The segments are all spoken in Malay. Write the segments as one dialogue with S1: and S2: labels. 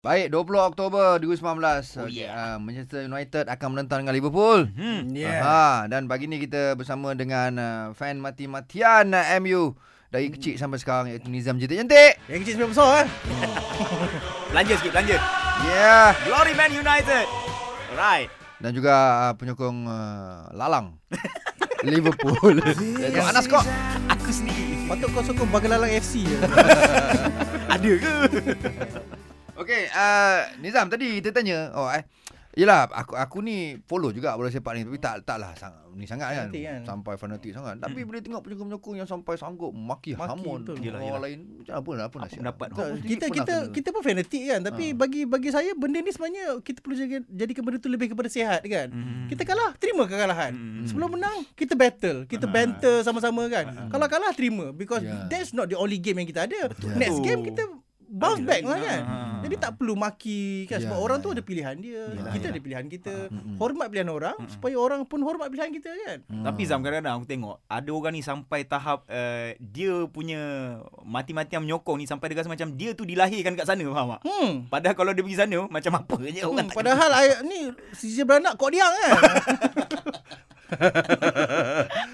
S1: Baik, 20 Oktober 2019.
S2: Oh,
S1: Okey, ah,
S2: yeah.
S1: Manchester United akan menentang dengan Liverpool.
S2: Hmm.
S1: Ha, dan pagi ni kita bersama dengan uh, fan mati-matian uh, MU dari kecil sampai sekarang iaitu Nizam Jentik-Jentik.
S3: Yang kecil sebenarnya besar kan?
S2: Belanja sikit, belanja.
S1: Yeah.
S2: Glory Man United. Alright.
S1: Dan juga uh, penyokong uh, lalang Liverpool. Iaitu Anas Kok.
S2: Aku sendiri.
S3: Patut kau sokong Bagelalang FC je.
S2: Ada ke?
S1: Okey, uh, Nizam tadi kita tanya, oh eh Yelah aku aku ni follow juga bola sepak ni tapi tak taklah sangat ni sangat kan,
S3: Fanatik
S1: kan.
S3: kan? Hmm.
S1: sampai fanatik sangat. Tapi bila tengok penyokong-penyokong yang sampai sanggup maki,
S3: Maki,
S1: hamun orang
S3: betul.
S2: Yelah, yelah.
S1: lain macam apa apa
S2: Apa
S1: nasihat.
S2: pendapat
S1: Tak,
S2: kau?
S1: mesti
S3: kita
S1: pernah
S3: kita
S1: kena.
S3: kita pun fanatik kan tapi
S1: Ha.
S3: bagi bagi saya benda ni sebenarnya kita perlu jaga jadikan benda tu lebih kepada sihat kan.
S1: Hmm.
S3: Kita kalah, terima kekalahan.
S2: Hmm.
S3: Sebelum menang, kita battle, kita
S2: Ha.
S3: banter sama-sama kan. Kalau kalah terima because
S1: Ah. Ya.
S3: that's not the only game yang kita ada.
S1: Betul. Ah.
S3: Next
S2: Oh.
S3: game kita bounce
S2: Ada
S3: back
S2: lagi.
S3: lah kan.
S2: Ha.
S3: Jadi tak perlu maki
S1: Ya,
S3: kan sebab orang
S1: ya,
S3: tu
S1: ya.
S3: ada pilihan dia,
S1: Yalah,
S3: kita
S1: yalah. Ah. Hmm.
S3: ada pilihan kita.
S1: Mm-mm.
S3: Hormat pilihan orang supaya orang pun hormat pilihan kita kan.
S1: Hmm.
S2: Tapi Zam kadang-kadang aku tengok Ada orang ni sampai tahap uh, Dia punya Mati-matian menyokong ni Sampai dia rasa macam Dia tu dilahirkan kat sana Faham tak?
S3: Hmm.
S2: Padahal kalau dia pergi sana Macam apa je orang
S3: Hmm,
S2: tak
S3: padahal I, ni CJ beranak kok diang kan.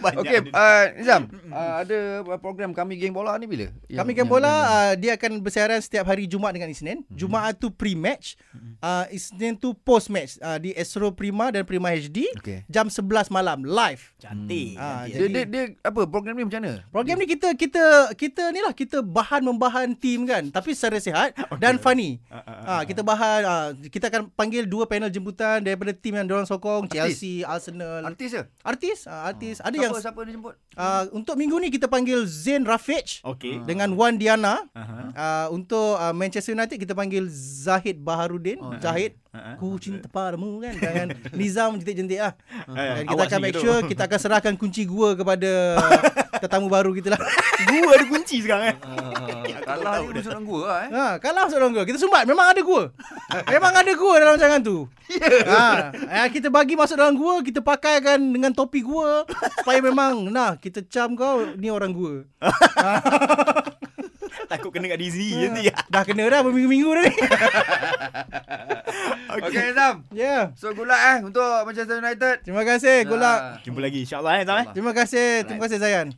S2: banyak Hmm,
S1: Okey,
S2: ada.
S1: uh, Nizam, uh, ada program kami geng bola ni bila? Yang-
S3: Kami Game
S1: yang-
S3: Bola
S1: yang-
S3: uh, dia akan bersiaran setiap hari Jumaat dengan Isnin. Jumaat tu pre-match, uh, Isnin tu post-match uh, di Astro Prima dan Prima HD
S1: Okey.
S3: jam 11 malam live.
S2: Cantik,
S3: Ah,
S2: cantik.
S1: Dia, dia, dia apa program ni macam mana?
S3: Program ni kita kita kita ni lah kita bahan membahan tim kan tapi secara sihat dan funny.
S2: Ah, ah,
S3: Ah kita bahan ah, kita akan panggil dua panel jemputan daripada tim yang diorang sokong
S1: Artis.
S3: Chelsea, Arsenal.
S1: Artis ke?
S3: Artis, ah, artis. Ada
S1: siapa,
S3: yang
S1: siapa dia jemput?
S3: ah, untuk minggu ni kita panggil Zain Rafiq.
S2: Okey. Ha,
S3: dengan Wan Diana.
S2: Aha.
S3: Uh, untuk uh, Manchester United kita panggil Zahid Baharudin.
S1: Oh,
S3: Oh, Zahid.
S2: Ah, ah.
S3: Ku cinta padamu kan dengan Nizam jentik-jentik lah.
S2: Ah,
S3: Dan kita
S2: awak
S3: akan make
S2: sendiri
S3: sure
S2: tu.
S3: kita akan serahkan kunci gua kepada tetamu baru kita lah.
S2: Gua ada kunci sekarang eh.
S3: Hmm.
S1: Kalah ni musuh dengan gua lah eh.
S3: Ha, kalah seorang gua. Kita sumbat memang ada gua. Memang ada gua dalam jangan tu. Yeah. Ha, eh, kita bagi masuk dalam gua, kita pakaikan dengan topi gua supaya memang nah kita cam kau ni orang gua.
S2: Takut kena kat Disney je nanti.
S3: Dah kena dah berminggu-minggu dah ni.
S1: Okey, Nizam.
S3: Ya. Yeah.
S1: So good luck eh untuk Manchester United.
S3: Terima kasih. Good luck.
S2: Jumpa lagi insyaAllah eh Zam eh.
S3: Terima kasih. Terima kasih Zayan.